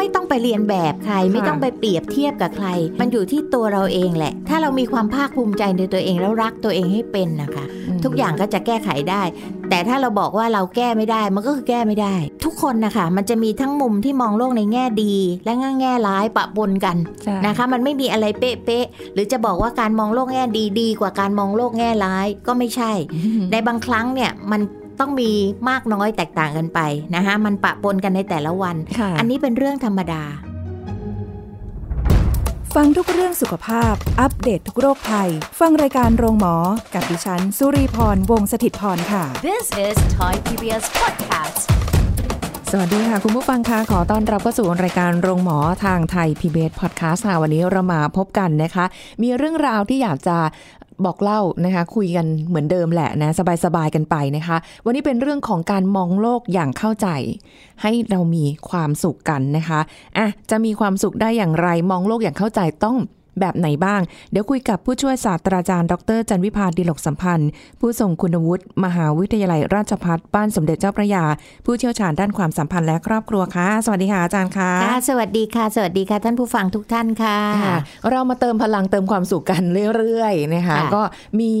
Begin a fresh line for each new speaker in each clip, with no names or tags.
ไม่ต้องไปเรียนแบบใคร ไม่ต้องไปเปรียบเทียบกับใคร มันอยู่ที่ตัวเราเองแหละ ถ้าเรามีความภาคภูมิใจในตัวเองแล้วรักตัวเองให้เป็นนะคะ ทุกอย่างก็จะแก้ไขได้ แต่ถ้าเราบอกว่าเราแก้ไม่ได้มันก็คือแก้ไม่ได้ ทุกคนนะคะ มันจะมีทั้งมุมที่มองโลกในแง่ดี และแง่แง่ร้ายปะปนกัน
ใช่
นะคะ มันไม่มีอะไรเป๊ะๆหรือจะบอกว่าการมองโลกแง่ดีดีกว่าการมองโลกแง่ร้ายก็ไม่ใช่ ในบางครั้งเนี่ยมันต้องมีมากน้อยแตกต่างกันไปนะคะมันปะปนกันในแต่ละวัน
ค่ะ
อันนี้เป็นเรื่องธรรมดา
ฟังทุกเรื่องสุขภาพ อัปเดตทุกโรคภัย ฟังรายการโรงหมอ กับดิฉัน สุรีพร วงศิตพรค่ะ
This is Thai PBS podcast.
สวัสดีค่ะ คุณผู้ฟังค่ะขอต้อนรับเข้าสู่รายการโรงหมอทางไทย PBS Podcast ค่ะวันนี้เรามาพบกันนะคะ มีเรื่องราวที่อยากจะบอกเล่านะคะ คุยกันเหมือนเดิมแหละนะ สบายๆกันไปนะคะ วันนี้เป็นเรื่องของการมองโลกอย่างเข้าใจ ให้เรามีความสุขกันนะคะอ่ะจะมีความสุขได้อย่างไร มองโลกอย่างเข้าใจต้องแบบไหนบ้าง เดี๋ยวคุยกับผู้ช่วยศาสตราจารย์ ดร จันวิพาดิลกสัมพันธ์ ผู้ทรงคุณวุฒิมหาวิทยาลัยราชภัฏบ้านสมเด็จเจ้าพระยา ผู้เชี่ยวชาญด้านความสัมพันธ์และครอบครัวค่ะ สวัสดีค่ะอาจารย์ค่ะ
ค่ะ สวัสดีค่ะ สวัสดีค่ะ ท่านผู้ฟังทุกท่านค่ะ
ค่ะเรามาเติมพลังเติมความสุขกันเรื่อยๆนะคะ
ค่ะ
ก็มี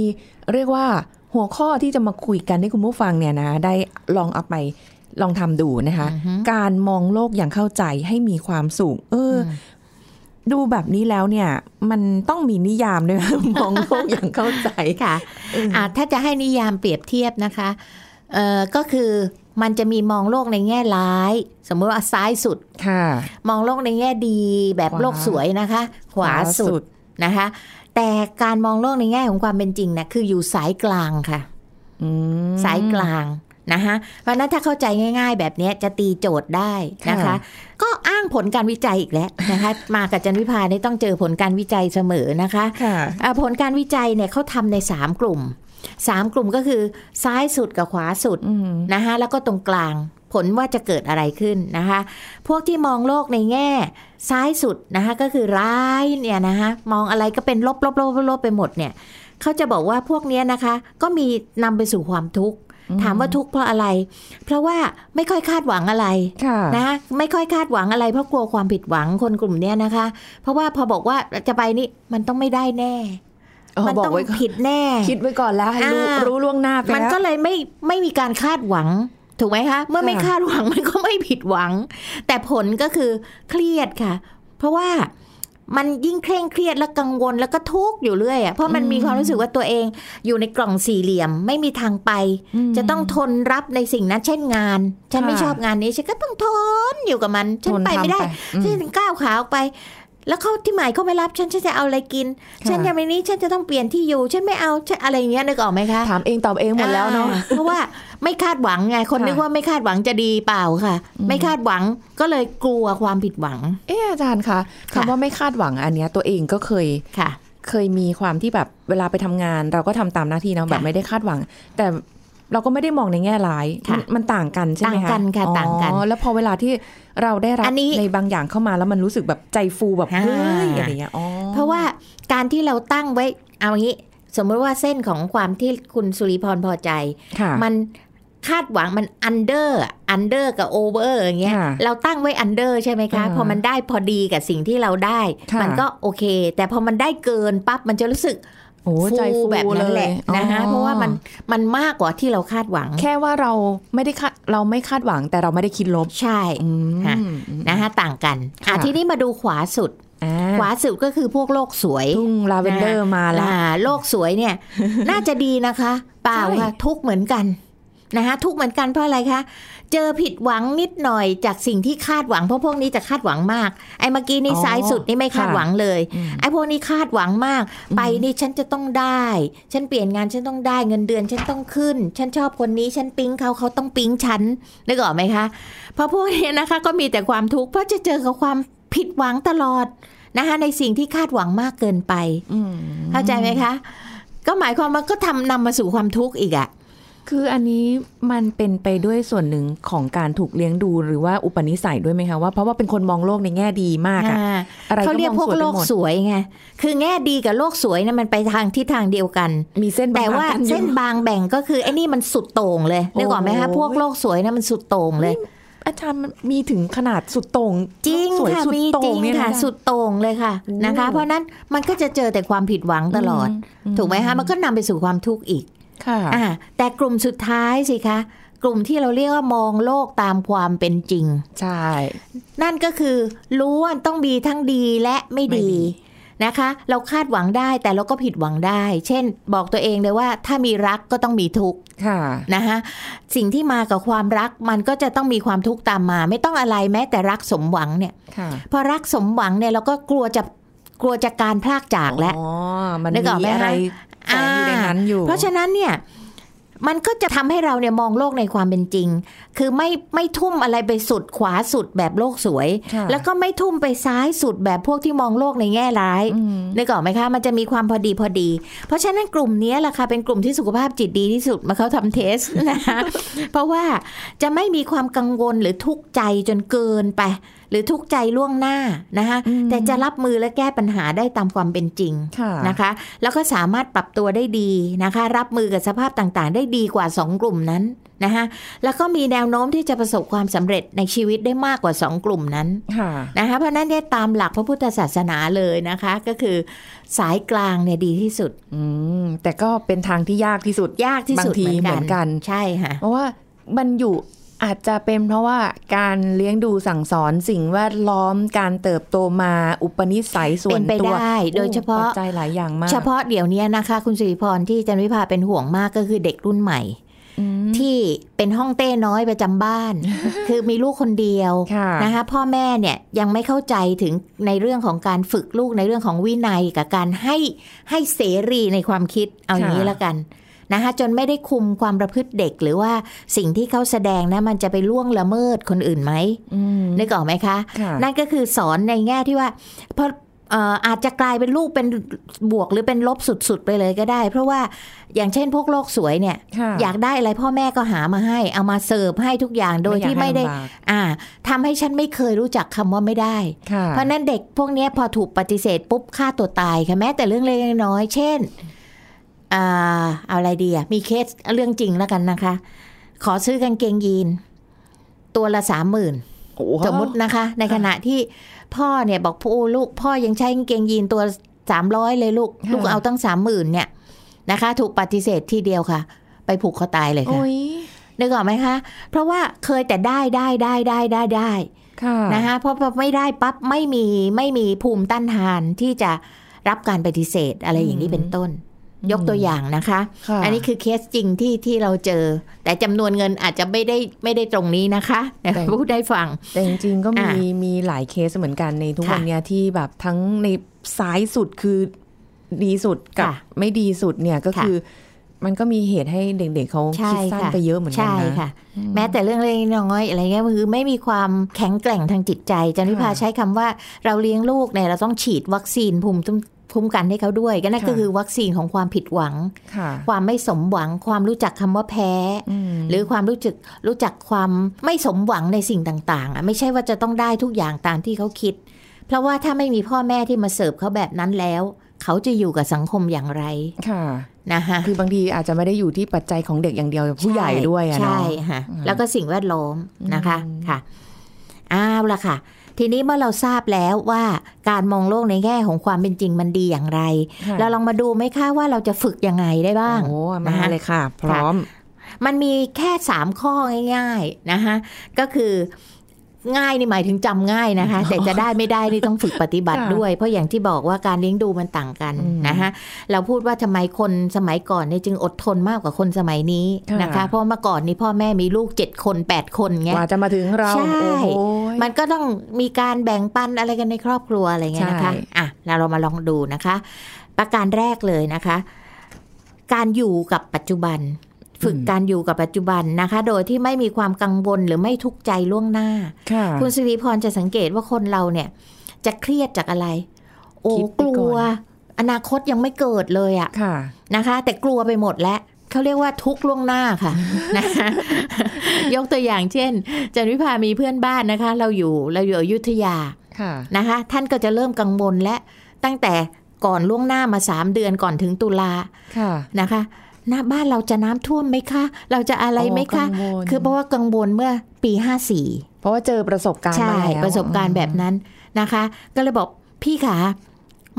เรียกว่าหัวข้อที่จะมาคุยกันให้คุณผู้ฟังเนี่ยนะได้ลองเอาไปลองทำดูนะคะ การมองโลกอย่างเข้าใจให้มีความสุขเอออดูแบบนี้แล้วเนี่ย มันต้องมีนิยามด้วยนะ มองโลกอย่างเข้าใจ
ค่ะอ่ะถ้าจะให้นิยามเปรียบเทียบนะคะเอ่อก็คือมันจะมีมองโลกในแง่ร้าย สมมติว่าซ้ายสุด
ค่ะ
มองโลกในแง่ดีแบบ
ขวา
โลกสวยนะคะ ขวาสุดนะคะ แต่การมองโลกในแง่ของความเป็นจริงนะคืออยู่สายกลางค่ะ
อืม
สายกลางนะคะเพราะฉะนั้นถ้าเข้าใจง่าย ๆ แบบเนี้ยจะตีโจทย์ได้นะคะ
ค่ะ
ก็อ้างผลการวิจัยอีกแล้วนะคะ มากับจันวิพาเนี่ยต้องเจอผลการวิจัยเสมอนะคะ
ค่ะ
อ่าผลการวิจัยเนี่ยเขาทำใน 3 กลุ่ม 3 กลุ่มก็คือซ้ายสุดกับขวาสุด
อืม
นะคะแล้วก็ตรงกลางผลว่าจะเกิดอะไรขึ้นนะคะ พวกที่มองโลกในแง่ซ้ายสุดนะคะก็คือร้ายเนี่ยนะคะมองอะไรก็เป็นลบลบลบลบลบไปหมดเนี่ย เขาจะบอกว่าพวกเนี้ยนะคะ ก็มีนำไปสู่ความทุกข์ ถามว่าทุกข์เพราะอะไร เพราะว่าไม่ค่อยคาดหวังอะไร
ค่ะ
นะไม่ค่อยคาดหวังอะไรเพราะกลัวความผิดหวังคนกลุ่มเนี้ยนะคะ เพราะว่าพอบอกว่าจะไปนี่มันต้องไม่ได้แน่
อ๋อ
มั
บอ
ต้อก ง
ไว้ก่อน
ผิดแน่
คิดไว้ก่อนแล้วให้รู้
อ่า
รู้ล่วงหน้าไป
มัน
แล้ว
ก็เลยไม่ไม่มีการคาดหวัง ถูกไหมคะ เมื่อไม่
ค่ะ
คาดหวัง มันก็ไม่ผิดหวัง แต่ผลก็คือเครียดค่ะ เพราะว่ามันยิ่งเคร่งเครียดและกังวลแล้วก็ทุกข์อยู่เรื่อยอะเพราะมันมีความรู้สึกว่าตัวเองอยู่ในกล่องสี่เหลี่ยมไม่มีทางไป
ม
จะต้องทนรับในสิ่งนั้นเช่นงาน ฉัน
ค่ะ
ไม่ชอบงานนี้ฉันก็ต้องทนอยู่กับมัน ฉัน
ทน
ไปไม่ได้
ทำไปอืม
ฉันก้าวขาออกไป แล้วเขาที่หมายเขาไม่รับฉันฉันจะเอาอะไรกิน
ค่ะ
ฉันยังไม่นี้ฉันจะต้องเปลี่ยนที่อยู่ ฉันไม่เอาฉันอะไรอย่างเงี้ยนึกออกไหมคะ
ถามเองตอบเองหมดแล้วเนาะ
อ่เพราะว่าไม่คาดหวังไง คน
ค่ะ
นึกว่าไม่คาดหวังจะดีเปล่าค่ะ ไม่คาดหวังก็เลยกลัวความผิดหวัง
เอออาจารย์คะ
ค่ะ
คำว่าไม่คาดหวังอันเนี้ยตัวเองก็เคย
ค่ะ
เคยมีความที่แบบเวลาไปทำงาน เราก็ทำตามหน้าที่เนาะ
ค่ะ
แบบไม่ได้คาดหวัง แต่เราก็ไม่ได้มองในแง่ร้าย
ค่ะ
มันมันต่างกันใช่ไหมคะ
ต่างกันค่ะ
อ๋อ
ต่างกัน
แล้วพอเวลาที่เราได้รับ
อันนี้
ในบางอย่างเข้ามาแล้วมันรู้สึกแบบใจฟูแบบ
อ่า
เฮ้ยอะไรเงี้ยอ๋อ
เพราะว่าการที่เราตั้งไว้เอาอย่างนี้ สมมติว่าเส้นของความที่คุณสุริพรพอใจ
ค่ะ
มันคาดหวังมัน under อะ under กับ over อย่างเงี้ย
ค่ะ
เราตั้งไว้ under ใช่ไหมคะ
อ่า
พอมันได้พอดีกับสิ่งที่เราได้
ค่ะ
มัก็โอเค แต่พอมันได้เกินปั๊บมันจะรู้สึก
โอ้ใจฟู
แบบนั้นแหละ
เลย
นะคะ
อ๋อ
เพราะว่ามันมันมากกว่าที่เราคาดหวัง
แค่ว่าเราไม่ได้คาดเราไม่คาดหวัง แต่เราไม่ได้คิดลบ
ใช่
อืม
นะคะต่างกันอ่ะ
ค่ะ
ทีนี้มาดูขวาสุด
อ่า
ขวาสุดก็คือพวกโลกสวย
ทุ่งลาเวนเดอร์มาแล้ว
อ่าโลกสวย เนี่ย น่าจะดีนะคะ เปล่า
ใช่
ค่ะทุกข์เหมือนกันนะคะทุกข์เหมือนกันเพราะอะไรคะเจอผิดหวังนิดหน่อยจากสิ่งที่คาดหวังเพราะพวกนี้จะคาดหวังมาก ไอ้เมื่อกี้นี่ซ้ายสุดนี่ไม่คาดหวังเลยไอ้พวกนี้คาดหวังมาก ไปนี่ฉันจะต้องได้ ฉันเปลี่ยนงานฉันต้องได้เงินเดือนฉันต้องขึ้น ฉันชอบคนนี้ฉันปิ๊งเขาเขาต้องปิ๊งฉันนึกออกไหมคะเพราะพวกเนี้ยนะคะก็มีแต่ความทุกข์เพราะจะเจอกับความผิดหวังตลอดนะคะในสิ่งที่คาดหวังมากเกินไป
อืม
เข้าใจไหมคะ ก็หมายความว่าก็ทำนำมาสู่ความทุกข์อีกอะ
คืออันนี้มันเป็นไปด้วยส่วนหนึ่งของการถูกเลี้ยงดูหรือว่าอุปนิสัยด้วยไหมคะว่าเพราะว่าเป็นคนมองโลกในแง่ดีมากอะ
อ่า
อะไร
เขาเรียกพวก
มอง
โล
ส่น
ก
ไปหมด
สวยไงคือแง่ดีกับโลกสวยเนี่ยมันไปทางทิศทางเดียวกัน
มีเส้นบ
แต่
งๆ
ว่า
กันอยู่
เส้นบางแบ่งก็คือไอ้นี่มันสุดโต่งเลยนึกออกไหมคะ
โอ้ย
พวกโลกสวยเนี่ยมันสุดโต่งเลย
อาจารย์มันมีถึงขนาดสุดโต่ง
จริง
สวย
ค่ะ
สุด
มี
โต่
จริ
ง
ง
เนี่ยน
ค่ะ สุดโต่งเลยค่ะนะคะ เพราะนั้นมันก็จะเจอแต่ความผิดหวังตลอด
อื
ถูกไหมคะมันก็นำไปสู่ความทุกข์อีก
ค่ะ
อ่าแต่กลุ่มสุดท้ายสิคะ กลุ่มที่เราเรียกว่ามองโลกตามความเป็นจริง
ใช่
นั่นก็คือรู้ว่าต้องมีทั้งดีและไม่
ไม่
ดี
ดี
นะคะ เราคาดหวังได้แต่เราก็ผิดหวังได้ เช่น บอกตัวเองเลยว่าถ้ามีรักก็ต้องมีทุกข์
ค่ะ
นะคะสิ่งที่มากับความรักมันก็จะต้องมีความทุกข์ตามมา ไม่ต้องอะไรแม้แต่รักสมหวังเนี่ย
ค่ะ
พอรักสมหวังเนี่ยเราก็กลัวจะกลัวจากการพลากจากแล้ว
อ๋อมัน
นึกออกไหม
มี
คะ
อะไรแฝงอยู่ในนั้นอยู่
เพราะฉะนั้นเนี่ยมันก็จะทำให้เราเนี่ยมองโลกในความเป็นจริง คือไม่ไม่ทุ่มอะไรไปสุดขวาสุดแบบโลกสวย
ค่ะ
แล้วก็ไม่ทุ่มไปซ้ายสุดแบบพวกที่มองโลกในแง่ร้าย
อืม
นึกออกไหมคะ มันจะมีความพอดีพอดี เพราะฉะนั้นกลุ่มเนี้ยแหละค่ะเป็นกลุ่มที่สุขภาพจิตดีที่สุดมาเขาทำเทส นะคะ เพราะว่าจะไม่มีความกังวลหรือทุกข์ใจจนเกินไป หรือทุกข์ใจล่วงหน้านะคะแต่จะรับมือและแก้ปัญหาได้ตามความเป็นจริง
ค่ะ
นะคะแล้วก็สามารถปรับตัวได้ดีนะคะ รับมือกับสภาพต่างๆ ได้ดีกว่า 2 กลุ่มนั้นนะคะแล้วก็มีแนวโน้มที่จะประสบความสำเร็จในชีวิตได้มากกว่า 2 กลุ่มนั้น
ค่ะ
นะคะเพราะฉะนั้นเนี่ยตามหลักพระพุทธศาสนาเลยนะคะ ก็คือสายกลางเนี่ยดีที่สุด
อืมแต่ก็เป็นทางที่ยากที่สุด
ยากที่สุด
บางทีเหมือนกัน
ใช่ค่ะ
เพราะว่ามันอยู่อาจจะเป็นเพราะว่าการเลี้ยงดูสั่งสอนสิ่งแวดล้อมการเติบโตมาอุปนิสัยส่วน
เป็นไป
ตัว
ได้โดยเฉพาะ
ปัจจัยหลายอย่างมาก
เฉพาะเดี๋ยวเนี้ยนะคะ คุณสิริพรที่จันวิภาเป็นห่วงมากก็คือเด็กรุ่นใหม่
อืม
ที่เป็นห้องเต้น้อยประจำ บ้าน คือมีลูกคนเดียว
ค่ะ
นะคะพ่อแม่เนี่ยยังไม่เข้าใจถึงในเรื่องของการฝึกลูกในเรื่องของวินัยกับการให้ให้เสรีในความคิดเอาอย่างนี้ละกันนะคะจนไม่ได้คุมความประพฤติเด็ก หรือว่าสิ่งที่เขาแสดงนะมันจะไปล่วงละเมิดคนอื่นไหม
อืม
นึกออกไหมคะ
ค่ะ
นั่นก็คือสอนในแง่ที่ว่าเพราะเอ่ออาจจะกลายเป็นลูกเป็นบวกหรือเป็นลบสุดๆไปเลยก็ได้ เพราะว่าอย่างเช่นพวกโลกสวยเนี่ย
ค่ะ
อยากได้อะไรพ่อแม่ก็หามาให้เอามาเสิร์ฟให้ทุกอย่างโดยที่ไม่ได้
อยากให้ลำบาก
อ่าทำให้ฉันไม่เคยรู้จักคำว่าไม่ได้
ค่ะ
เพราะฉะนั้นเด็กพวกเนี้ยพอถูกปฏิเสธปุ๊บฆ่าตัวตายค่ะแม้แต่เรื่องเล็กๆน้อยๆเช่นอ่าเอาอะไรดีอะมีเคสเรื่องจริงแล้วกันนะคะ ขอซื้อกางเกงยีน ตัวละสามหมื่น
โอ้โห
สมมตินะคะ ในขณะที่พ่อเนี่ยบอกพ่อลูก พ่อยังใช้กางเกงยีนตัวสามร้อยเลยลูก
ค่ะ
ลูกเอาตั้งสามหมื่นเนี่ยนะคะ ถูกปฏิเสธทีเดียวค่ะ ไปผูกคอตายเลยค่ะ
โอ้ย
นึกออกไหมคะ เพราะว่าเคยแต่ได้ได้ได้ได้ได้ได้
ค่ะ
นะคะเพราะพอไม่ได้ปั๊บไม่มีไม่มีภูมิต้านทานที่จะรับการปฏิเสธอะไรอย่างนี้เป็นต้น ยกตัวอย่างนะคะ
ค่ะ
อันนี้คือเคสจริงที่ที่เราเจอ แต่จำนวนเงินอาจจะไม่ได้ไม่ได้ตรงนี้นะคะแต่พูดได้ฟัง
แต่จริงๆก็มี
อ่ะ
มีหลายเคสเหมือนกันในทุก
ค่ะ
วันเนี้ยที่แบบทั้งในซ้ายสุดคือดีสุดกับ
ค่ะ
ไม่ดีสุดเนี่ยก็
ค่ะ
คือ มันก็มีเหตุให้เด็กๆเขา
ใช่
คิดสั้น
ค่ะ
ไปเยอะเหมือนกัน
ใช่
นะ
ค่ะ แม้แต่เรื่องเล็กน้อยอะไรเงี้ยคือไม่มีความแข็งแกร่งทางจิตใจจันวิพา
ค่ะ
ใช้คำว่าเราเลี้ยงลูกเนี่ยเราต้องฉีดวัคซีนภูมิคุ้มกันให้เขาด้วย ก็นั่นก็
ค่ะ
คือวัคซีนของความผิดหวัง
ค่ะ
ความไม่สมหวัง ความรู้จักคำว่าแพ้
ม
หรือความรู้จักรู้จักความไม่สมหวังในสิ่งต่างๆอ่ะไม่ใช่ว่าจะต้องได้ทุกอย่างตามที่เขาคิด เพราะว่าถ้าไม่มีพ่อแม่ที่มาเสิร์ฟเขาแบบนั้นแล้ว เขาจะอยู่กับสังคมอย่างไร
ค่ะ
นะคะ
คือบางทีอาจจะไม่ได้อยู่ที่ปัจจัยของเด็กอย่างเดียวแต่ผู้ใหญ่ด้วยอะ
ใช่
เนาะ
ค่ะ
อืม
แล้วก็สิ่งแวดล้อมนะคะ
อืม
ค่ะอ้าวละค่ะ ทีนี้เมื่อเราทราบแล้วว่าการมองโลกในแง่ของความเป็นจริงมันดีอย่างไร
ค่ะ
เราลองมาดูไหมคะว่าเราจะฝึกยังไงได้บ้าง
โอ้มาเลยค่ะ พร้อม
มันมีแค่ 3 ข้อง่าย ๆนะคะก็คือง่ายนี่หมายถึงจำง่าย นะคะ แต่จะได้ไม่ได้นี่ต้องฝึกปฏิบัติ
ค่ะ
ด้วย เพราะอย่างที่บอกว่าการเลี้ยงดูมันต่างกัน
อืม
นะคะเราพูดว่าทำไมคนสมัยก่อนเนี่ยจึงอดทนมากกว่าคนสมัยนี้นะคะ
ค่ะ
เพราะเมื่อก่อนนี่พ่อแม่มีลูก 7 คน 8 คน
ก
เงี้ย
ว่าจะมาถึงเรา
ใช่
โอ้โห
มันก็ต้องมีการแบ่งปันอะไรกันในครอบครัวอะไรเงี้ยนะคะ
ใช่
อ่ะแล้วเรามาลองดูนะคะ ประการแรกเลยนะคะ การอยู่กับปัจจุบัน ฝึกการอยู่กับปัจจุบันนะคะ โดยที่ไม่มีความกังวลหรือไม่ทุกข์ใจล่วงหน้า
ค่ะ
คุณสิริพรจะสังเกตว่าคนเราเนี่ย จะเครียดจากอะไร โอ้
คิดไป
ก
ก่อน
ลัว อนาคตยังไม่เกิดเลยอะ
ค่ะ
นะคะ แต่กลัวไปหมดแล้ว เขาเรียกว่าทุกข์ล่วงหน้าค่ะ นะ ยกตัวอย่างเช่น จันวิภามีเพื่อนบ้านนะคะ เราอยู่เราอยู่อยุธยา
ค่ะ
นะคะท่านก็จะเริ่มกังวลและตั้งแต่ก่อนล่วงหน้ามา 3 เดือนก่อนถึงตุลา
ค่ะ
นะคะหน้าบ้านเราจะน้ำท่วมไหมคะ เราจะอะไรไหมคะ
อ๋อกังวล
คือเพราะว่ากังวลเมื่อปี
เพราะว่าเจอประสบกา
54
รณ์
ใช่
มาแล้ว
ประสบการณ์แบบนั้นนะคะ ก็เลยบอกพี่ขา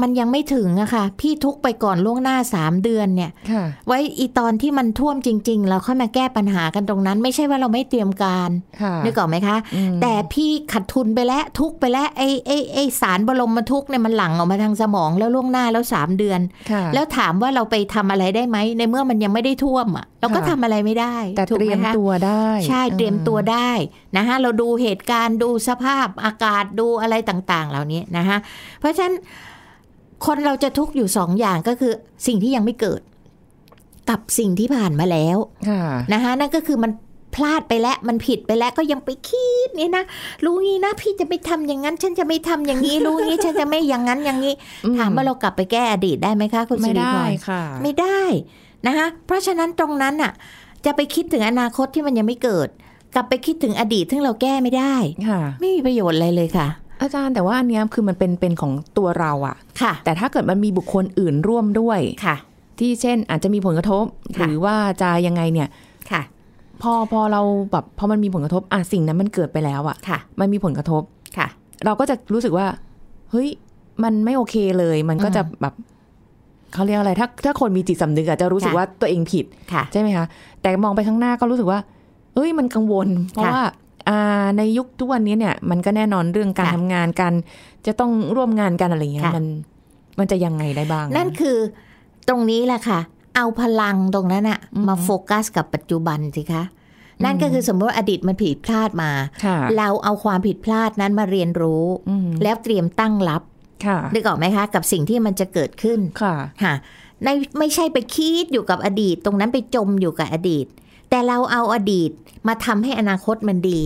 มันยังไม่ถึงอะค่ะ พี่ทุกข์ไปก่อนล่วงหน้า 3 เดือนเนี่ย
ค่ะ
ไว้อีตอนที่มันท่วมจริง ๆ เราค่อยมาแก้ปัญหากันตรงนั้น ไม่ใช่ว่าเราไม่เตรียมการ
ค่ะ
นึกออกไหมคะ
อืม
แต่พี่ขัดทุนไปแล้วทุกข์ไปแล้วไอ้ไอ้ไอ้สารบรมทุกข์เนี่ยมันหลั่งออกมาทางสมองแล้วล่วงหน้าแล้วสามเดือน
ค่ะ
แล้วถามว่าเราไปทำอะไรได้ไหมในเมื่อมันยังไม่ได้ท่วมอ่ะเราก็
ค่ะ
ทำอะไรไม่ได้
แต่
ถูก
เตรี
ไห
ยม
คะ
ตัวได้
ใช่เตรียมตัว
อื
ได้นะคะเราดูเหตุการณ์ดูสภาพอากาศดูอะไรต่างๆ เหล่านี้นะคะเพราะฉะนั้นคนเราจะทุกข์อยู่สองอย่างก็คือสิ่งที่ยังไม่เกิด กับสิ่งที่ผ่านมาแล้ว
ค่ะ
นะคะนั่นก็คือมันพลาดไปแล้วมันผิดไปแล้วก็ยังไปคิดเนี่ยนะรู้งี้นะพี่จะไม่ทำอย่างนั้น ฉันจะไม่ทำอย่างนี้ รู้งี้ฉันจะไม่อย่างนั้นอย่างนี้
อืม
ถามว่าเรากลับไปแก้อดีตได้ไหมคะคุณ
ไม่
สิริพ
ได้
ร
ค่ะ
ไม่ได้นะคะเพราะฉะนั้นตรงนั้นน่ะ จะไปคิดถึงอนาคตที่มันยังไม่เกิด กลับไปคิดถึงอดีตที่งเราแก้ไม่ได้
ค่ะ
ไม่มีประโยชน์อะไรเลยค่ะ
อาจารย์แต่ว่าอันเนี้ยคือมันเป็นเป็นของตัวเราอะ
ค่ะ
แต่ถ้าเกิดมันมีบุคคลอื่นร่วมด้วย
ค่ะ
ที่เช่นอาจจะมีผลกระทบ ห
ค่ะ
รือว่าจะยังไงเนี่ย
ค่ะ
พอพอเราแบบพอมันมีผลกระทบอ่ะสิ่งนั้นมันเกิดไปแล้วอะ
ค่ะ
มันมีผลกระทบ
ค่ะ
เราก็จะรู้สึกว่า เฮ้ย มันไม่โอเคเลย มันก็จะแบบเขาเรียกอะไร ถ้าถ้าคนมีจิตสำนึกอะจะรู้สึก
ค่ะ
ว่าตัวเองผิด
ค่ะ
ใช่ไหมคะ แต่มองไปข้างหน้าก็รู้สึกว่า เอ้ย มันกังวล เพราะ
ค่ะ
ว่าอ่าในยุคทุกวันนี้เนี่ย มันก็แน่นอนเรื่องการ
ค่ะ
ทำงานกัน จะต้องร่วมงานกันอะไรอย่างเงี้ย
ค่ะ
มัน มันจะยังไงได้บ้าง
นั่นคือตรงนี้แหละค่ะ เอาพลังตรงนั้นอะ
อืม
มาโฟกัสกับปัจจุบันสิคะ นั่นก็คือสมมติว่าอดีตมันผิดพลาดมา
ค่ะ
เราเอาความผิดพลาดนั้นมาเรียนรู้
อืม
แล้วเตรียมตั้งรับ
ค่ะ
นึกออกไหมคะ กับสิ่งที่มันจะเกิดขึ้น
ค่ะ
ค่ะในไม่ใช่ไปคิดอยู่กับอดีต ตรงนั้นไปจมอยู่กับอดีต แต่เราเอาอดีตมาทำให้อนาคตมันดี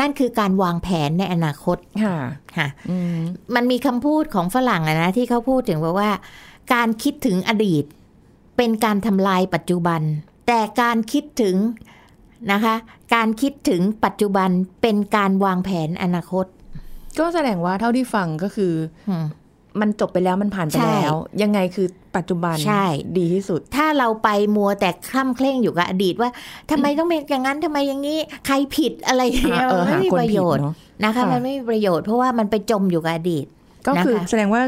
นั่นคือการวางแผนในอนาคต
ค่ะ
ค่ะ
อืม
มันมีคำพูดของฝรั่งอะนะที่เขาพูดถึงว่าว่า การคิดถึงอดีต เป็นการทำลายปัจจุบัน แต่การคิดถึงนะคะ การคิดถึงปัจจุบันเป็นการวางแผนอนาคต
ก็แสดงว่าเท่าที่ฟังก็คือ
อืม
มันจบไปแล้วมันผ่านไป
ใช่
แล้ว ยังไงคือปัจจุบัน
ใช่
ดีที่สุด
ถ้าเราไปมัวแต่คล่ำเคร่งอยู่กับอดีตว่าทำไมต้องเป็นอย่างนั้นทำไมอย่างนี้ ใครผิดอะไรอย่างเงี้ย
หาเออ
มันไม่
หา
มี
คน
ประโยช
ผิด
น์
เนอะ
นะคะ
ค่ะ
มันไม่มีประโยชน์เพราะว่ามันไปจมอยู่กับอดีต
ก็คือ
นะคะ
แสดงว่า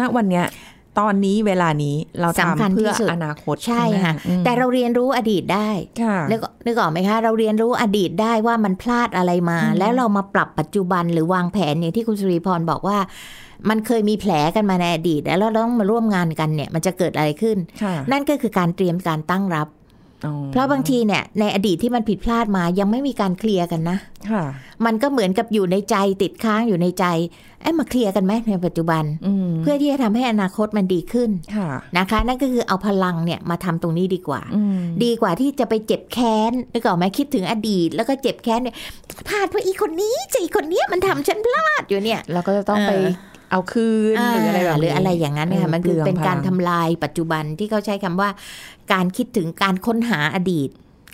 ณวันเนี้ย ตอนนี้เวลานี้เรา
สำคัญ
ทำ
ที่
เพื่อ
สุด
อนาคต
ใช่
ไหม
ค่ะ
อืม
แต่เราเรียนรู้อดีตได้
ค่ะ
นึกนึกออกไหมคะ เราเรียนรู้อดีตได้ว่ามันพลาดอะไรมา
อืม
แล้วเรามาปรับปัจจุบันหรือวางแผนอย่างที่คุณสุริพรบอกว่า มันเคยมีแผลกันมาในอดีต แล้วเราต้องมาร่วมงานกันเนี่ย มันจะเกิดอะไรขึ้น
ค่ะ
นั่นก็คือการเตรียมการตั้งรับ
อ๋อ
เพราะบางทีเนี่ยในอดีตที่มันผิดพลาดมายังไม่มีการเคลียร์กันนะ
ค่ะ
มันก็เหมือนกับอยู่ในใจติดค้างอยู่ในใจเอ้มาเคลียร์กันไหมในปัจจุบัน
อืม
เพื่อที่จะทำให้อนาคตมันดีขึ้น
ค่ะ
นะคะ นั่นก็คือเอาพลังเนี่ยมาทำตรงนี้ดีกว่า
อืม
ดีกว่าที่จะไปเจ็บแค้นนึกออกไหมคิดถึงอดีต แล้วก็เจ็บแค้นเนี่ยพลาดเพราะอีคนนี้จะอีคนเนี้ยมันทำฉันพลาดอยู่เนี่ย
เราก็จะต้องไปเอาคืนหรืออะไรแบบ
าหรือ
นี้
อะไรอย่างนั้นค่ะมันคือ
ลืง
เป็นการ
พ
ทำ
ลัง
ลายปัจจุบันที่เขาใช้คำว่า การคิดถึงการค้นหาอดีต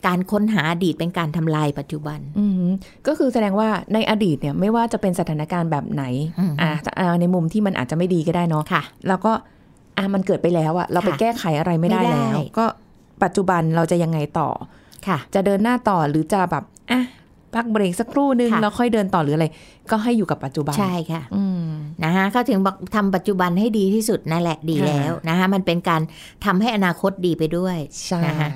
การค้นหาอดีตเป็นการทำลายปัจจุบัน
อืมก็คือแสดงว่าในอดีตเนี่ยไม่ว่าจะเป็นสถานการณ์แบบไหน
อืม
อ่ะแต่เอาในมุมที่มันอาจจะไม่ดีก็ได้เนาะ
ค่ะ
แล้วก็อ่ะมันเกิดไปแล้วอะเราไป
ค่ะ
แก้ไขอะไรไม่ได้
ไม่ได้
แล้ว ก็ปัจจุบันเราจะยังไงต่อ
ค่ะ
จะเดินหน้าต่อหรือจะแบบอ่ะพักเบรกสักครู่หนึง
ค่ะ
แล้วค่อยเดินต่อหรืออะไร ก็ให้อยู่กับปัจจุบัน
ใช่ค่ะ
อืม
นะคะเขาถึงบอกทำปัจจุบันให้ดีที่สุดนั่นแหละดี
ค่ะ
แล้วนะคะมันเป็นการทำให้อนาคตดีไปด้วย
ใช่
นะคะ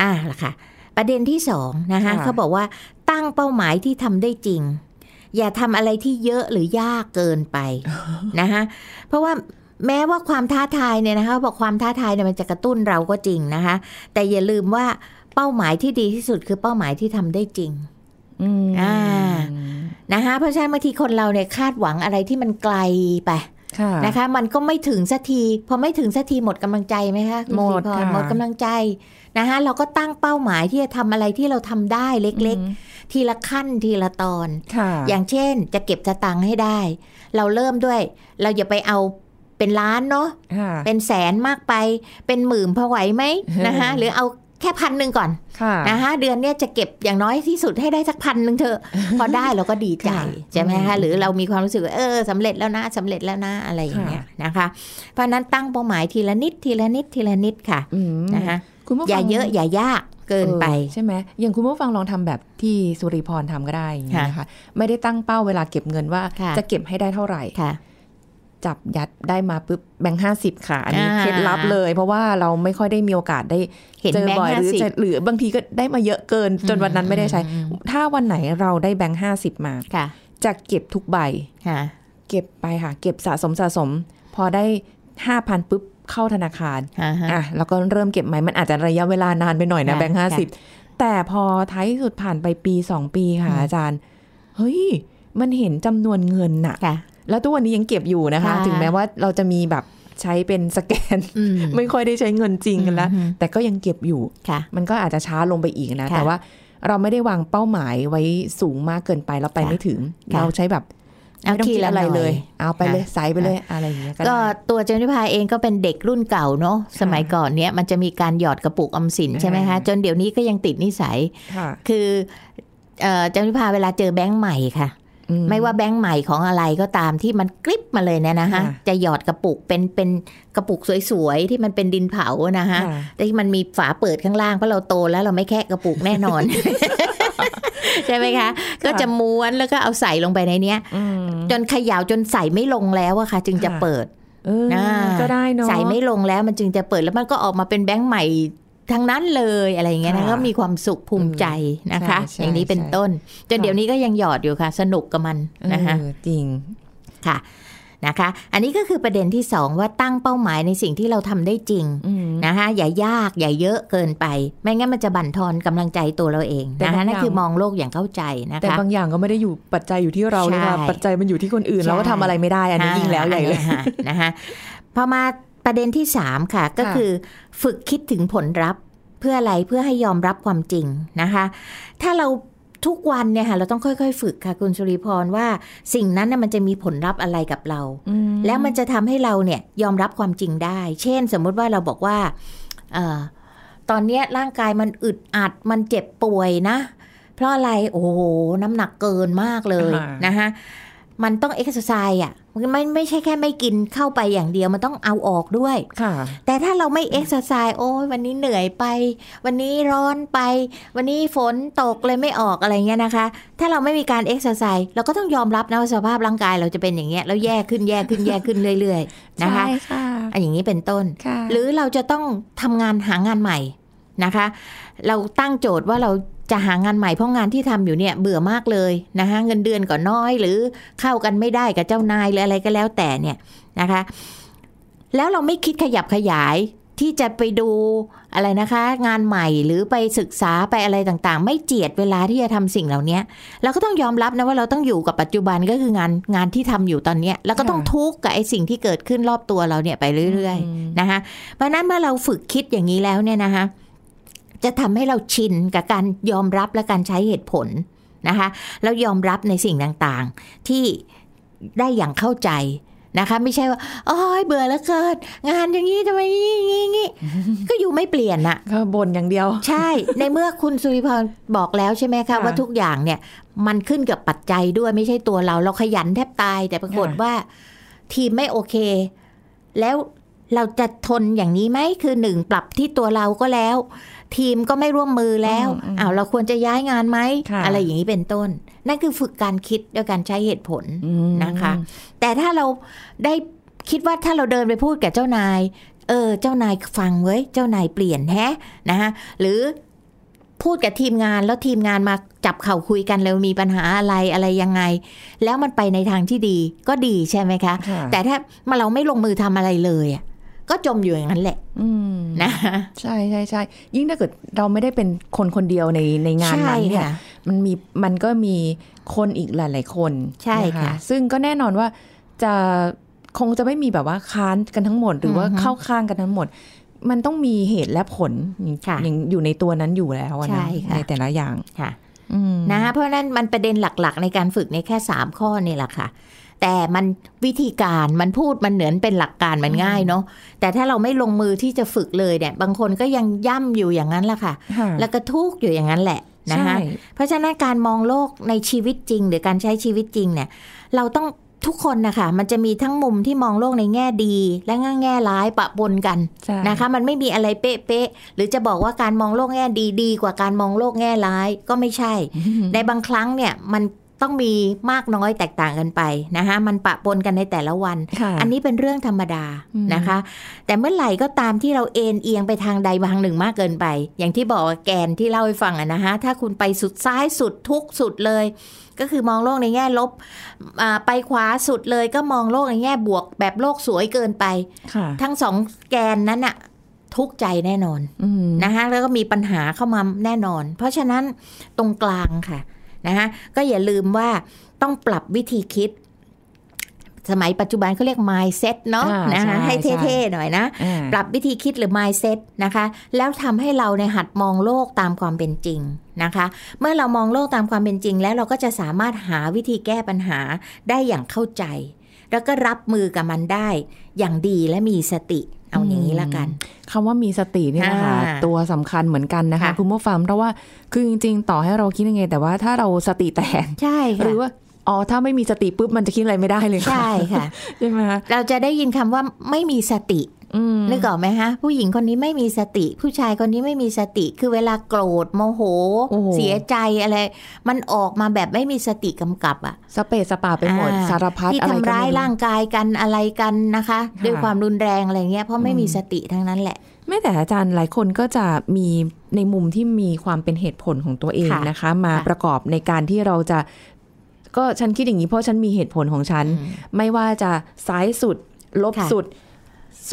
อ่าล่ะค่ะ ประเด็นที่สองนะคะ
ค่ะ
เขาบอกว่าตั้งเป้าหมายที่ทำได้จริง อย่าทำอะไรที่เยอะหรือยากเกิน ไป นะคะเพราะว่าแม้ว่าความท้าทายเนี่ยนะคะเขาบอกความท้าทายเนี่ยมันจะกระตุ้นเราก็จริงนะคะ แต่อย่าลืมว่าเป้าหมายที่ดีที่สุดคือเป้าหมายที่ทำได้จริง
อืม
อ่า นะคะเพราะฉะนั้นบางทีคนเราเนี่ยคาดหวังอะไรที่มันไกลไป
ค่ะ
นะคะ มันก็ไม่ถึงสักทีพอไม่ถึงสักทีหมดกำลังใจไหมคะคุณ
หมด
ศรีพร
ค่ะ
หมดกำลังใจนะคะเราก็ตั้งเป้าหมายที่จะทำอะไรที่เราทำได้เล็ก
อืม
ๆ ทีละขั้นทีละตอน
ค่ะ
อย่างเช่น จะเก็บสตังค์ให้ได้ เราเริ่มด้วย เราอย่าไปเอา เป็นล้านเนาะ
ค่ะ
เป็นแสนมากไป เป็นหมื่นพอไหวไหม นะคะหรือเอาแค่พันหนึ่งก่อน
ค่ะ
นะคะเดือนเนี้ยจะเก็บอย่างน้อยที่สุดให้ได้สักพันหนึ่งเถอะ พอได้เราก็ดีใจ
ค่ะ
ใช่ไหม
อื
คะ
ม
หรือเรามีความรู้สึกว่าเออสำเร็จแล้วนะสำเร็จแล้วนะอะไรอย่างเงี้ยนะคะ เพราะฉะนั้นตั้งเป้าหมายทีละนิดทีละนิดทีละนิดค่ะ
อืม
นะคะ
คุณผู้ฟัง
อย่าเยอะอย่ายากเกินไป
ออใช่ไหมอย่างคุณผู้ฟังลองทำแบบที่สุริพรทำก็ได้อย่างเงี้ยนะคะ ไม่ได้ตั้งเป้าเวลาเก็บเงินว่า
ค่ะ
จะเก็บให้ได้เท่าไหร่
ค่ะ
จับยัดได้มาปุ๊บแบงค์ห้าสิบค่ะ อันนี้
อ่า
เคล็ดลับเลย เพราะว่าเราไม่ค่อยได้มีโอกาสได้
เห็น
เจอ
แบง
บ่อย
ค์
ห
ห้า
รือ
สิบ
จะหรือบางทีก็ได้มาเยอะเกิน จนวันนั้นไม่ได้ใช้
อืม
ถ้าวันไหนเราได้แบงค์ห้าสิบมา
ค่ะ
จะเก็บทุกใบ
ค่ะ
เก็บไปค่ะ เก็บสะสมสะสม พอได้ห้าพันปุ๊บเข้าธนาคาร อ่ะแล้วก็เริ่มเก็บไหมมันอาจจะระยะเวลานานไปหน่อยนะ
ค่ะ
แบงค์ห้า
ค่ะ
สิบแต่พอท้ายที่สุดผ่านไปปีสองปีค่ะ
อืม
อาจารย์ เฮ้ย มันเห็นจำนวนเงินน่ะ
ค่ะ
แล้วทุกวันนี้ยังเก็บอยู่นะคะ
ค่ะ
ถึงแม้ว่าเราจะมีแบบใช้เป็นสแกน
อืม
ไม่ค่อยได้ใช้เงินจริงกันแล้ว
อืม
แต่ก็ยังเก็บอยู่
ค่ะ
มันก็อาจจะช้าลงไปอีกนะ
ค่ะ
แต่ว่าเราไม่ได้วางเป้าหมายไว้สูงมากเกินไปเราไป
ค่ะ
ไม่ถึง
ค่ะ
เราใช้แบบ
เอา
ไม่ต้อง
ที
คิด
ละ
อะไร
หน่
เลย
ย
เอาไป
ค่ะ
เลยใส่ไปเลยอะไรอย่างเงี้ยก็
ก็
ได้
ตัวเจนิพาเองก็เป็นเด็กรุ่นเก่าเนาะสมัยก่อนเนี้ยมันจะมีการหยอดกระปุกออมสินใช่ไหมคะ
อ่า
จนเดี๋ยวนี้ก็ยังติดนิสัย
ค่ะ
คือเอ่อเจนิพาเวลาเจอแบงค์ใหม่ค่ะ
อื
ไม่ว่าแบงค์ใหม่ของอะไรก็ตามที่มันกริบมาเลยเนี่ยนะฮะ
ค่ะ
จะหยอดกระปุกเป็นเป็นกระปุกสวยๆที่มันเป็นดินเผานะฮะ
ค่ะ
แต่ที่มันมีฝาเปิดข้างล่างเพราะเราโตแล้วเราไม่แค่กระปุกแน่ นอน ใช่ไหมคะ ก็จะม้วนแล้วก็เอาใส่ลงไปในเนี้ย
อืม
จนเขย่าจนใส่ไม่ลงแล้วอะค่ะ จึงจะ
ค่ะ
เปิด
เออ
อ่า
ก็ได้เนาะ
ใส่ไม่ลงแล้วมันจึงจะเปิดแล้วมันก็ออกมาเป็นแบงค์ใหม่ทั้งนั้นเลยอะไรอย่างเงี้ยนะ
ค่ะ
ก็มีความสุขภูมิใจนะคะ
ใช่
อย่างนี้เป็น
ใช่
ต้น จนเดี๋ยวนี้ก็ยังหยอดอยู่ค่ะ สนุกกับมันนะคะ
เออจริง
นะคะ อันนี้ก็คือประเด็นที่สองว่าตั้งเป้าหมายในสิ่งที่เราทำได้จริง
อืม
นะคะอย่ายากอย่าเยอะเกินไป ไม่งั้นมันจะบั่นทอนกำลังใจตัวเราเอง
แต่
นะคะ
บางอย่าง
นั่นคือมองโลกอย่างเข้าใจนะ
แต่
คะ
บางอย่างก็ไม่ได้อยู่ปัจจัยอยู่ที่เรา
ใช่
เลยค่ะปัจจัยมันอยู่ที่คนอื่น
ใช่
เราก็ทำอะไรไม่ได้ อันนี้
อ่า
ยิ่งแล้วใหญ่เลย
อันนี้ฮะ นะคะพอมาประเด็นที่สามค่ะ ก็
ค่ะ
คือฝึกคิดถึงผลลัพธ์เพื่ออะไรเพื่อให้ยอมรับความจริงนะคะ ถ้าเราทุกวันเนี่ยค่ะเราต้องค่อยๆ ฝึกค่ะคุณสุริพรว่าสิ่งนั้นน่ะมันจะมีผลลัพธ์อะไรกับเรา
อืม
แล้วมันจะทำให้เราเนี่ยยอมรับความจริงได้ เช่น สมมุติว่าเราบอกว่าเออตอนเนี้ยร่างกายมันอึดอัด มันเจ็บป่วยนะ เพราะอะไร โอ้โห น้ำหนักเกินมากเลย
อ่าน
นะคะมันต้องเอ็กซ์ไซส์อ่ะมันไม่ไม่ใช่แค่ไม่กินเข้าไปอย่างเดียว มันต้องเอาออกด้วย
ค่ะ
แต่ถ้าเราไม่เอ็กซ์ไซส์โอ้ยวันนี้เหนื่อยไป วันนี้ร้อนไป วันนี้ฝนตกเลยไม่ออกอะไรเงี้ยนะคะ ถ้าเราไม่มีการเอ็กซ์ไซส์เราก็ต้องยอมรับนะว่าสภาพร่างกายเราจะเป็นอย่างเงี้ยแล้วแย่ขึ้นแย่ขึ้นแย่ขึ้นเรื่อยๆนะคะ
ค่ะ
อันอย่างนี้เป็นต้น
ค่ะ
หรือเราจะต้องทำงานหางานใหม่นะคะ เราตั้งโจทย์ว่าเราจะหางานใหม่เพราะงานที่ทำอยู่เนี่ยเบื่อมากเลยนะคะเงินเดือนก็น้อยหรือเข้ากันไม่ได้กับเจ้านายหรืออะไรก็แล้วแต่เนี่ยนะคะ แล้วเราไม่คิดขยับขยายที่จะไปดูอะไรนะคะ งานใหม่หรือไปศึกษาไปอะไรต่างๆ ไม่เจียดเวลาที่จะทำสิ่งเหล่านี้เราก็ต้องยอมรับนะว่าเราต้องอยู่กับปัจจุบันก็คืองานงานที่ทำอยู่ตอนเนี้ยแล้วก็ต้องทุกข์กับไอ้สิ่งที่เกิดขึ้นรอบตัวเราเนี่ยไปเรื่อย ๆ นะคะเพราะฉะนั้นเมื่อเราฝึกคิดอย่างนี้แล้วเนี่ยนะคะจะทำให้เราชินกับการยอมรับและการใช้เหตุผลนะคะแล้วยอมรับในสิ่งต่างๆที่ได้อย่างเข้าใจนะคะ ไม่ใช่ว่าโอ้ยเบื่อแล้วเกินงานอย่างนี้ทำไมอย่างนี้อย่างนี้ ก็อยู่ไม่เปลี่ยนอะ
ก็บ่นอย่างเดียว
ใช่ ในเมื่อคุณสุริพรบอกแล้วใช่ไหมคะ
ค่ะ
ว่าทุกอย่างเนี่ย มันขึ้นกับปัจจัยด้วยไม่ใช่ตัวเราเราขยันแทบตาย แต่ปรากฏ
ค่ะ
ว่าทีมไม่โอเค แล้วเราจะทนอย่างนี้ไหมคือหนึ่งปรับที่ตัวเราก็แล้ว ทีมก็ไม่ร่วมมือแล้ว
อืมอืม
อ้าวเราควรจะย้ายงานไหม
ค่ะ
อะไรอย่างนี้เป็นต้น นั่นคือฝึกการคิดด้วยการใช้เหตุผล
อืม
นะคะ แต่ถ้าเราได้คิดว่าถ้าเราเดินไปพูดกับเจ้านาย เออ เจ้านายฟังเว้ย เจ้านายเปลี่ยนแฮะนะฮะหรือพูดกับทีมงานแล้วทีมงานมาจับเข่าคุยกันแล้วมีปัญหาอะไรอะไรยังไง แล้วมันไปในทางที่ดีก็ดีใช่ไหมคะ
ค่ะ
แต่ถ้ามาเราไม่ลงมือทำอะไรเลยอะก็จมอยู่อย่างนั้นแหละ
อืม
นะ
ใช่ใช่ใช่ยิ่งถ้าเกิดเราไม่ได้เป็นคนคนเดียวในในงาน
ใช่
นั้นเนี่ย
ค่ะ
มันมีมันก็มีคนอีกหลาย ๆ คน
ใช่
น
ค่ะ
ซึ่งก็แน่นอนว่าจะคงจะไม่มีแบบว่าค้านกันทั้งหมด หรือว่า
อือฮึ
เข้าข้างกันทั้งหมด มันต้องมีเหตุและผลอย่าง
ค่ะ
อย่างอยู่ในตัวนั้นอยู่แล้วอะ
ใช่
นะ
ค่ะ
ในแต่ละอย่าง
ค่ะ
อืม
นะเพราะฉะนั้นมันประเด็นหลักๆ ในการฝึกในยแค่ 3 ข้อนี่แหละค่ะ แต่ แต่มันวิธีการมันพูดมันเหมือนเป็นหลักการมันง่ายเนาะแต่ถ้าเราไม่ลงมือที่จะฝึกเลยเนี่ยบางคนก็ยังย่ำอยู่อย่างนั้นละค่ะ
ค่ะ
แล้วก็ทุกข์อยู่อย่างนั้นแหละนะคะ
ใช่
เพราะฉะนั้นการมองโลกในชีวิตจริง หรือการใช้ชีวิตจริงเนี่ยเราต้องทุกคนนะคะมันจะมีทั้งมุมที่มองโลกในแง่ดี และแง่ร้ายปะปนกัน
ใช่
นะคะ มันไม่มีอะไรเป๊ะๆหรือจะบอกว่าการมองโลกแง่ดีดีกว่าการมองโลกแง่ร้ายก็ไม่ใช่ ในบางครั้งเนี่ยมันต้องมีมากน้อยแตกต่างกันไปนะคะมันปะปนกันในแต่ละวัน
ค่ะ
อันนี้เป็นเรื่องธรรมดา
อืม
นะคะ แต่เมื่อไหร่ก็ตามที่เราเอ็นเอียงไปทางใดบางหนึ่งมากเกินไป อย่างที่บอกว่าแกนที่เล่าให้ฟังอะนะคะถ้าคุณไปสุดซ้ายสุดทุกข์สุดเลย ก็คือมองโลกในแง่ลบอ่าไปขวาสุดเลยก็มองโลกในแง่บวก แบบโลกสวยเกินไป
ค่ะ
ทั้งสองแกนนั้นอะทุกข์ใจแน่นอน
อืม
นะคะแล้วก็มีปัญหาเข้ามาแน่นอน เพราะฉะนั้นตรงกลางค่ะนะคะก็อย่าลืมว่าต้องปรับวิธีคิด สมัยปัจจุบันเขาเรียก mindset เนาะ
อ่าน
นะคะ
ใช่
ให้
ใช่
เท่ๆหน่อยนะ
อ่า
ปรับวิธีคิดหรือ mindset นะคะ แล้วทำให้เราในยหัดมองโลกตามความเป็นจริงนะคะ เมื่อเรามองโลกตามความเป็นจริง แล้วเราก็จะสามารถหาวิธีแก้ปัญหาได้อย่างเข้าใจ แล้วก็รับมือกับมันได้ อย่างดีและมีสติเอาอย่างนี้ละกัน
คำว่ามีสติเนี่ยนะคะ
อ่า
ตัวสำคัญเหมือนกันนะคะ
ค่ะ
คุณผู้ฟังเพราะว่าคือจริงๆ ต่อให้เราคิดยังไง แต่ว่าถ้าเราสติแตก
ใช่
ห
ค่ะ
รือว่าอ๋อถ้าไม่มีสติปุ๊บมันจะคิดอะไรไม่ได้เลยค่ะ
ใช่ค่ะ
ใช่ไหมคะ
เราจะได้ยินคำว่าไม่มีสติ
อืม
นึกออกไหมฮะผู้หญิงคนนี้ไม่มีสติ ผู้ชายคนนี้ไม่มีสติ คือเวลาโกรธโมโห
โอ้โห
เสียใจอะไร มันออกมาแบบไม่มีสติกำกับอะ
สเปซสปาไปหมด
อ่
สารพัด
ที่
อะไรก็
ทำร้าย
ไม่
ร่างกายกันอะไรกันนะคะ
ค่ะ
ด้วยความรุนแรงอะไรเงี้ยเพราะไม่
อืม
มีสติทั้งนั้นแหละ
ไม่แต่อาจารย์หลายคนก็จะมีในมุมที่มีความเป็นเหตุผลของตัวเอง
ค่ะ
นะคะ มา
ค่ะ
ประกอบในการที่เราจะ ก็ฉันคิดอย่างนี้เพราะฉันมีเหตุผลของฉัน
อืม
ไม่ว่าจะซ้ายสุด ลบ
ค่ะ
สุด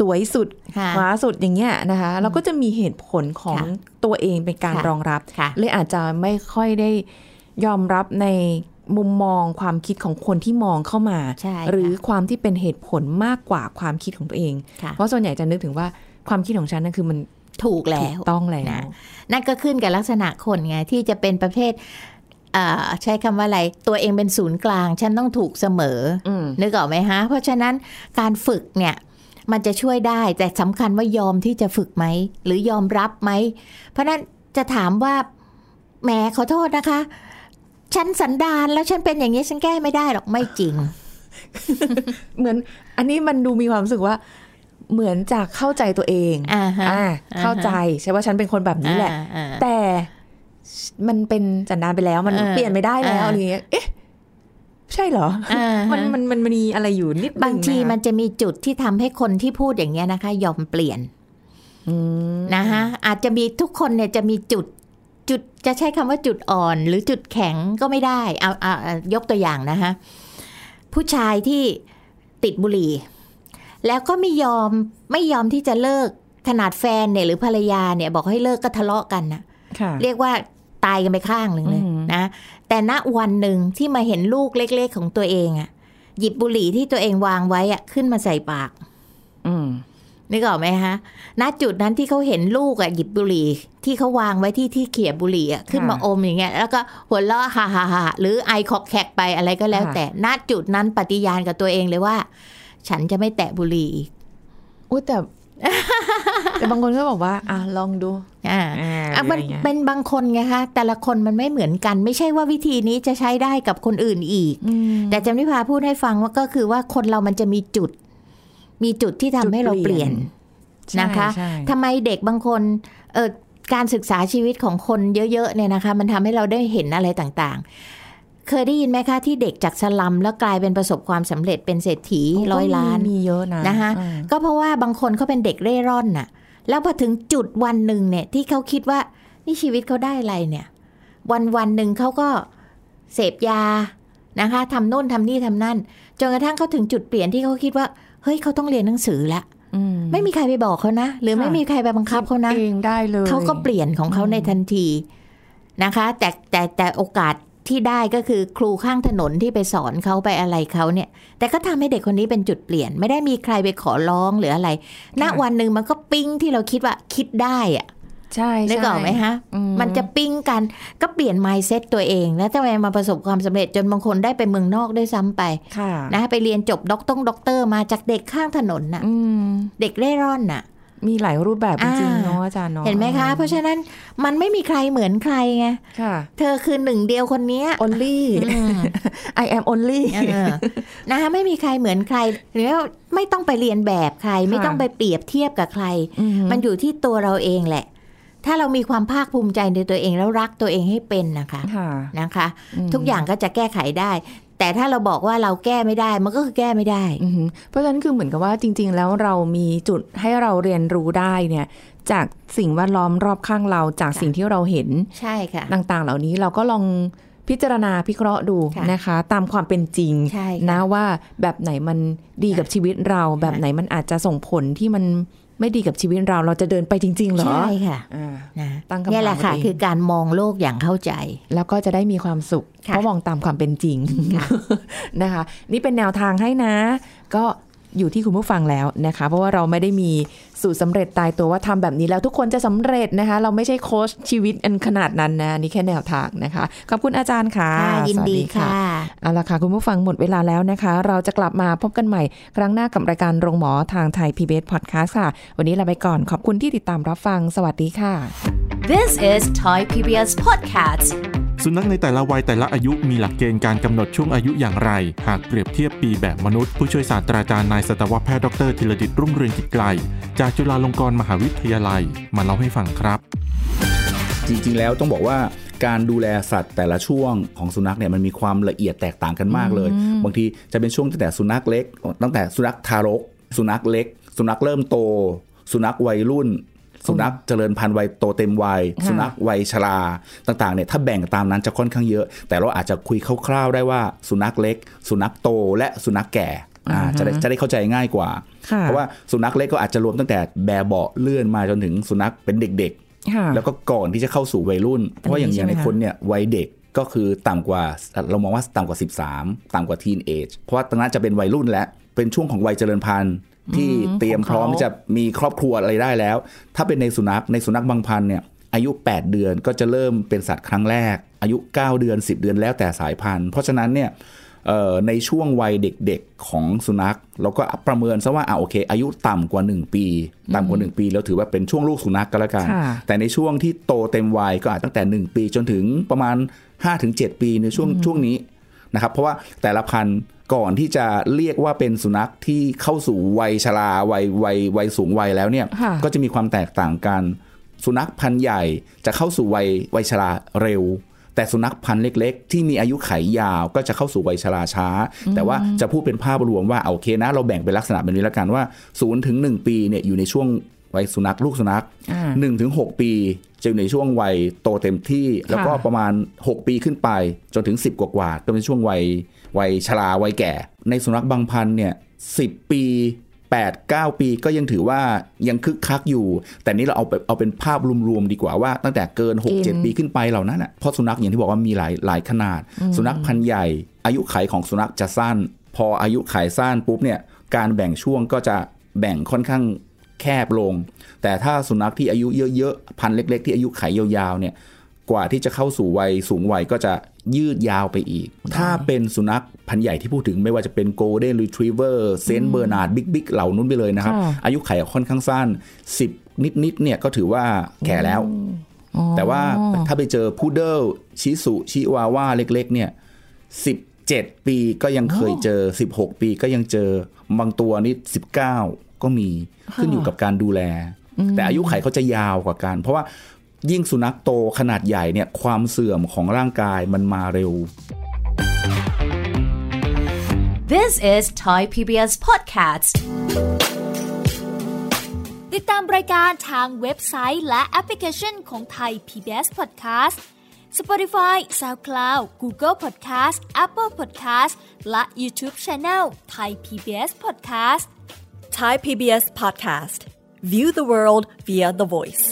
สวยสุด
ค่ะ
ขวาสุดอย่างเงี้ยนะคะเราก็จะมีเหตุผลของ
ค่ะ
ตัวเองเป็นการ
ค่ะ
รองรับ
ค่ะ
เลยอาจจะไม่ค่อยได้ยอมรับในมุมมองความคิดของคนที่มองเข้ามา
ใช่ค่ะ
หรือความที่เป็นเหตุผลมากกว่าความคิดของตัวเอง
ค่ะ
เพราะส่วนใหญ่จะนึกถึงว่าความคิดของฉันนั่นคือมัน
ถูกแล้
ถู
ว
กต้องแล้ว
นะ นั่นก็ขึ้นกับลักษณะคนไงที่จะเป็นประเภทเอ่อใช้คำว่าอะไรตัวเองเป็นศูนย์กลาง ฉันต้องถูกเสมอ
อืม
นึกออกไหมฮะ เพราะฉะนั้นการฝึกเนี่ยมันจะช่วยได้แต่สำคัญว่ายอมที่จะฝึกไหม หรือยอมรับไหม เพราะฉะนั้นจะถามว่าแหมขอโทษนะคะ ฉันสันดานแล้วฉันเป็นอย่างนี้ฉันแก้ไม่ได้หรอกไม่จริง
เหมือนอันนี้มันดูมีความรู้สึกว่า เหมือนจากเข้าใจตัวเอง
อ่าฮะ
อ่าเข้าใจใช่ว่าฉันเป็นคนแบบนี้แหละ
อ่า
แต่มันเป็นสันดานไปแล้วมัน
เออ
เปลี่ยนไม่ได้
เอ
แล้ว
ออ
อะไรเงี้ยเอ๊ะ ใช่เหรอ
อ่า
มันมันมันมันมีอะไรอยู่นิดนึ
บางที
ะคะ
มันจะมีจุดที่ทำให้คนที่พูดอย่างเงี้ยนะคะ ยอมเปลี่ยน
อืม
นะคะอาจจะมีทุกคนเนี่ยจะมีจุดจุดจะใช้คำว่าจุดอ่อน หรือจุดแข็งก็ไม่ได้เอาเอาเอายกตัวอย่างนะคะผู้ชายที่ติดบุหรี่ แล้วก็ไม่ยอมไม่ยอมที่จะเลิกขนาดแฟนเนี่ยหรือภรรยาเนี่ยบอกให้เลิกก็ทะเลาะกันนะ
ค่ะ
เรียกว่าตายกันไปข้างหนึ่งเลย
อือหือ
นะแต่ณวันหนึ่งที่มาเห็นลูกเล็กๆของตัวเองอะหยิบบุหรี่ที่ตัวเองวางไว้อะขึ้นมาใส่ปาก
อืม
นึกออกไหมคะ ณ จุดนั้นที่เขาเห็นลูกอ่ะหยิบบุหรี่ ที่เขาวางไว้ที่ที่เขี่ยบุหรี่อ่ะขึ้นมา
ค่ะ
อมอย่างเงี้ย แล้วก็หัวเราะฮ่าฮ่าฮ่าหรือไอคอกแขกไปอะไรก็แล้ว
ค่ะ
แต่ ณ จุดนั้นปฏิญาณกับตัวเองเลยว่า ฉันจะไม่แตะบุหรี่อีก
อุ้ย แต่ แต่บางคนก็บอกว่า อ่ะลองดู
อ่าอ่ะมัน
ไรเงี้ย
เป็นบางคนไงคะ แต่ละคนมันไม่เหมือนกัน ไม่ใช่ว่าวิธีนี้จะใช้ได้กับคนอื่นอีก
อืม
แต่จำนิพาพูดให้ฟังว่าก็คือว่าคนเรามันจะมีจุด มีจุดที่ทำให้เรา
จุดเป
เป
ลี่
ลี่
ย
ย
น
น นะคะ
ใช่ใช่
ทำไมเด็กบางคนเออการศึกษาชีวิตของคนเยอะๆเนี่ยนะคะ มันทำให้เราได้เห็นอะไรต่างๆ เคยได้ยินไหมคะที่เด็กจากสลัมแล้วกลายเป็นประสบความสำเร็จเป็นเศรษฐี
โอ้ก็
ร้อยล้าน
มีมีเยอะนะ
นะคะ
อืม
ก็เพราะว่าบางคนเขาเป็นเด็กเร่ร่อนน่ะ แล้วพอถึงจุดวันหนึ่งเนี่ยที่เขาคิดว่านี่ชีวิตเขาได้อะไรเนี่ย วันวันหนึ่งเขาก็เสพยานะคะทำโน่นทำนี่ทำนั่นจนกระทั่งเขาถึงจุดเปลี่ยนที่เขาคิดว่าเฮ้ยเขาต้องเรียนหนังสือละ
อืม
ไม่มีใครไปบอกเขานะ หรือ
ค่ะ
ไม่มีใครไปบังคับเขานะ
เองได้เลย
เขาก็เปลี่ยนของเขาในทันทีนะคะ แต่แต่แต่โอกาสที่ได้ก็คือครูข้างถนนที่ไปสอนเขาไปอะไรเขาเนี่ย แต่ก็ทำให้เด็กคนนี้เป็นจุดเปลี่ยน ไม่ได้มีใครไปขอร้องหรืออะไรณวันหนึ่งมันก็ปิ๊งที่เราคิดว่าคิดได้อะ
ใช่
นึกออกไหมฮะ
อื
มันจะปิ้งกันก็เปลี่ยน mindset ตัวเอง แล้วทำไมมาประสบความสำเร็จจนบางคนได้ไปเมืองนอกด้วยซ้ำไป
ค่ะ
นะไปเรียนจบด็อกต้องด็อกเตอร์มาจากเด็กข้างถนนน่ะ
อืม
เด็กเร่ร่อนน่ะ
มีหลายรูปแบบจ
อ่า
ริงๆเนาะอาจารย์เนาะ
เห็นไหมคะ เพราะฉะนั้นมันไม่มีใครเหมือนใครไง
ค่ะ
เธอคือหนึ่งเดียวคนเนี้ย
only
อืม
I am only
เออนะคะไม่มีใครเหมือนใครหรือว่าไม่ต้องไปเรียนแบบใคร ไม่ต้องไปเปรียบเทียบกับใคร
อืม
มันอยู่ที่ตัวเราเองแหละ ถ้าเรามีความภาคภูมิใจในตัวเองแล้วรักตัวเองให้เป็นนะคะ
ค่ะ
นะคะ
ม
ทุกอย่างก็จะแก้ไขได้ แต่ถ้าเราบอกว่าเราแก้ไม่ได้ มันก็คือแก้ไม่ได้
อือหือเพราะฉะนั้นคือเหมือนกับว่าจริง ๆ แล้วเรามีจุดให้เราเรียนรู้ได้เนี่ย จากสิ่งแวดล้อมรอบข้างเราจากสิ่งที่เราเห็น
ใช่ค่ะ
ต่าง ๆ เหล่านี้เราก็ลองพิจารณาพิเคราะห์ดู
ค่ะ
นะคะ ตามความเป็นจริง
ใช่ค่ะ
นะว่าแบบไหนมันดีกับชีวิตเรา แบบไหนมันอาจจะส่งผลที่มันไม่ดีกับชีวิตเราเราจะเดินไปจริง ๆ เหรอ
ใช่ค่ะ
อ่า
นะ
ตั้งคำถาม
เนี่ยแหละค่ะ
ตัวเอง
คือการมองโลกอย่างเข้าใจ
แล้วก็จะได้มีความสุข
ค่ะ
เพราะมองตามความเป็นจริง นะคะ นี่เป็นแนวทางให้นะ ก็อยู่ที่คุณผู้ฟังแล้วนะคะ เพราะว่าเราไม่ได้มีสูตรสำเร็จตายตัวว่าทำแบบนี้แล้วทุกคนจะสำเร็จนะคะ เราไม่ใช่โค้ชชีวิตอันขนาดนั้นนะ นี่แค่แนวทางนะคะ ขอบคุณอาจารย์ค่ะ
ะยินดี
สวัส
ค่ะ
เอาละค่ะ คุณผู้ฟังหมดเวลาแล้วนะคะ เราจะกลับมาพบกันใหม่ ครั้งหน้ากับรายการโรงหมอทางไทย PBS Podcast ค่ะ วันนี้ลาไปก่อนขอบคุณที่ติดตามรับฟังสวัสดีค่ะ
This is Thai PBS Podcast.
สุนัขในแต่ละวัยแต่ละอายุมีหลักเกณฑ์การกำหนดช่วงอายุอย่างไร หากเปรียบเทียบปีแบบมนุษย์ ผู้ช่วยศาสตราจารย์นายสัตวแพทย์ดรธีรดิตรุ่งเรืองกิจไกล จากจุฬาลงกรณ์มหาวิทยาลัย มาเล่าให้ฟังครับ
จริงๆ แล้วต้องบอกว่าการดูแลสัตว์แต่ละช่วงของสุนัขเนี่ยมันมีความละเอียดแตกต่างกันมากเลย บางทีจะเป็นช่วงตั้งแต่สุนัขเล็ก ตั้งแต่สุนัขทารก สุนัขเล็ก สุนัขเริ่มโต สุนัขวัยรุ่น สุนัขเจริญพันธุ์วัยโตเต็มวัย
ค่ะ
สุนัขวัยชราต่างๆเนี่ยถ้าแบ่งตามนั้นจะค่อนข้างเยอะ แต่เราอาจจะคุยคร่าวๆได้ว่า สุนัขเล็ก สุนัขโตและสุนัขแก่อ่าจะได้จะได้เข้าใจง่ายกว่า
ค่ะ
เพราะว่าสุนัขเล็กก็อาจจะรวมตั้งแต่แบบเบาะเลื่อนมาจนถึงสุนัขเป็นเด็ก ๆ
ค่ะ
แล้วก็ก่อนที่จะเข้าสู่วัยรุ่น เพราะว่าอย่างอย่างใน
ใช่ไหมคะ
คนเนี่ยวัยเด็กก็คือต่ำกว่าเรามองว่าต่ำกว่า 13 ต่ำกว่าทีนเอจเพราะว่าตรงนั้นจะเป็นวัยรุ่นแล้วเป็นช่วงของวัยเจริญพันธุ์ที่เตรียมพร้อมที่จะมีครอบครัวอะไรได้แล้ว ถ้าเป็นในสุนัขในสุนัขบางพันธุ์เนี่ยอายุ 8 เดือนก็จะเริ่มเป็นสัตว์ครั้งแรก อายุ 9 เดือน 10 เดือนแล้วแต่สายพันธุ์ เพราะฉะนั้นเนี่ย เอ่อในช่วงวัยเด็กๆของสุนัขเราก็ประเมินซะว่าอ่าโอเค อายุต่ำกว่า 1 ปี ต่ำกว่า 1 ปีแล้วถือว่าเป็นช่วงลูกสุนัขก็แล้วกัน
ค่ะ
แต่ในช่วงที่โตเต็มวัยก็อาจตั้งแต่ 1 ปีจนถึงประมาณ 5-7 ปีในช่วงช่วงนี้นะครับเพราะว่าแต่ละพันธุ์ก่อนที่จะเรียกว่าเป็นสุนัขที่เข้าสู่วัยชราวัยวัยวัยสูงวัยแล้วเนี่ย
ค่ะ
ก็จะมีความแตกต่างกัน สุนัขพันธุ์ใหญ่จะเข้าสู่วัยวัยชราเร็ว แต่สุนัขพันธุ์เล็ก ๆ ที่มีอายุไขยยาวก็จะเข้าสู่วัยชราช้า แต่ว่าจะพูดเป็นภาพรวมว่าเอาโอเคนะ เราแบ่งเป็นลักษณะแบบนี้ละกันว่า0ูนถึงหปีเนี่ยอยู่ในช่วงวัยสุนัขลูกสุนัข
อ่า
1นถึงหปีจะอยู่ในช่วงวัยโตเต็มที่ แล้วก็ประมาณ 6 ปีขึ้นไปจนถึง 10 กว่ากว่าๆก็เป็นช่วงวัยวัยชราวัยแก่ ในสุนัขบางพันธุ์เนี่ยสิปี 8 9 ปีก็ยังถือว่ายังคึกคักอยู่ แต่นี้เราเอาไปเอาเป็นภาพรวมๆดีกว่าว่าตั้งแต่เกิน 6 7 ปีขึ้นไปเหล่านั้นน่ะเพราะสุนัขอย่างที่บอกว่ามีหลายหลายขนาด สุนัขพันธุ์ใหญ่ อายุไขของสุนัขจะสั้น พออายุไขสั้นปุ๊บเนี่ยการแบ่งช่วงก็จะแบ่งค่อนข้างแคบลง แต่ถ้าสุนัขที่อายุเยอะๆพันธุ์เล็ก ๆ ที่อายุไขยาวๆเนี่ย กว่าที่จะเข้าสู่วัยสูงวัยก็จะยืดยาวไปอีก ถ้าเป็นสุนัขพันธุ์ใหญ่ที่พูดถึงไม่ว่าจะเป็นโกลเด้นรีทรีเวอร์เซนต์เบอร์นาร์ดบิ๊กบิ๊กเหล่านู้นไปเลยนะครับ
ค่ะ
อายุไขค่อนข้างสั้น 10 นิดนิดๆเนี่ยก็ถือว่าแก่แล้ว
อ๋อ
แต่ว่าถ้าไปเจอพูเดิลชิสุชิวาว่าเล็กๆเนี่ย17 ปีก็ยังเคยเจอ 16 ปีก็ยังเจอบางตัวนี่19 ก็มีขึ้นอยู่กับการดูแล แต่อายุไขเขาจะยาวกว่ากัน เพราะว่ายิ่งสุนัขโตขนาดใหญ่เนี่ยความเสื่อมของร่างกายมันมาเร็ว
This is Thai PBS Podcast.
ติดตามรายการทางเว็บไซต์และแอปพลิเคชันของไทย PBS Podcast Spotify SoundCloud Google Podcast Apple Podcast และ YouTube Channel Thai PBS Podcast
Thai PBS Podcast. View the world via the voice.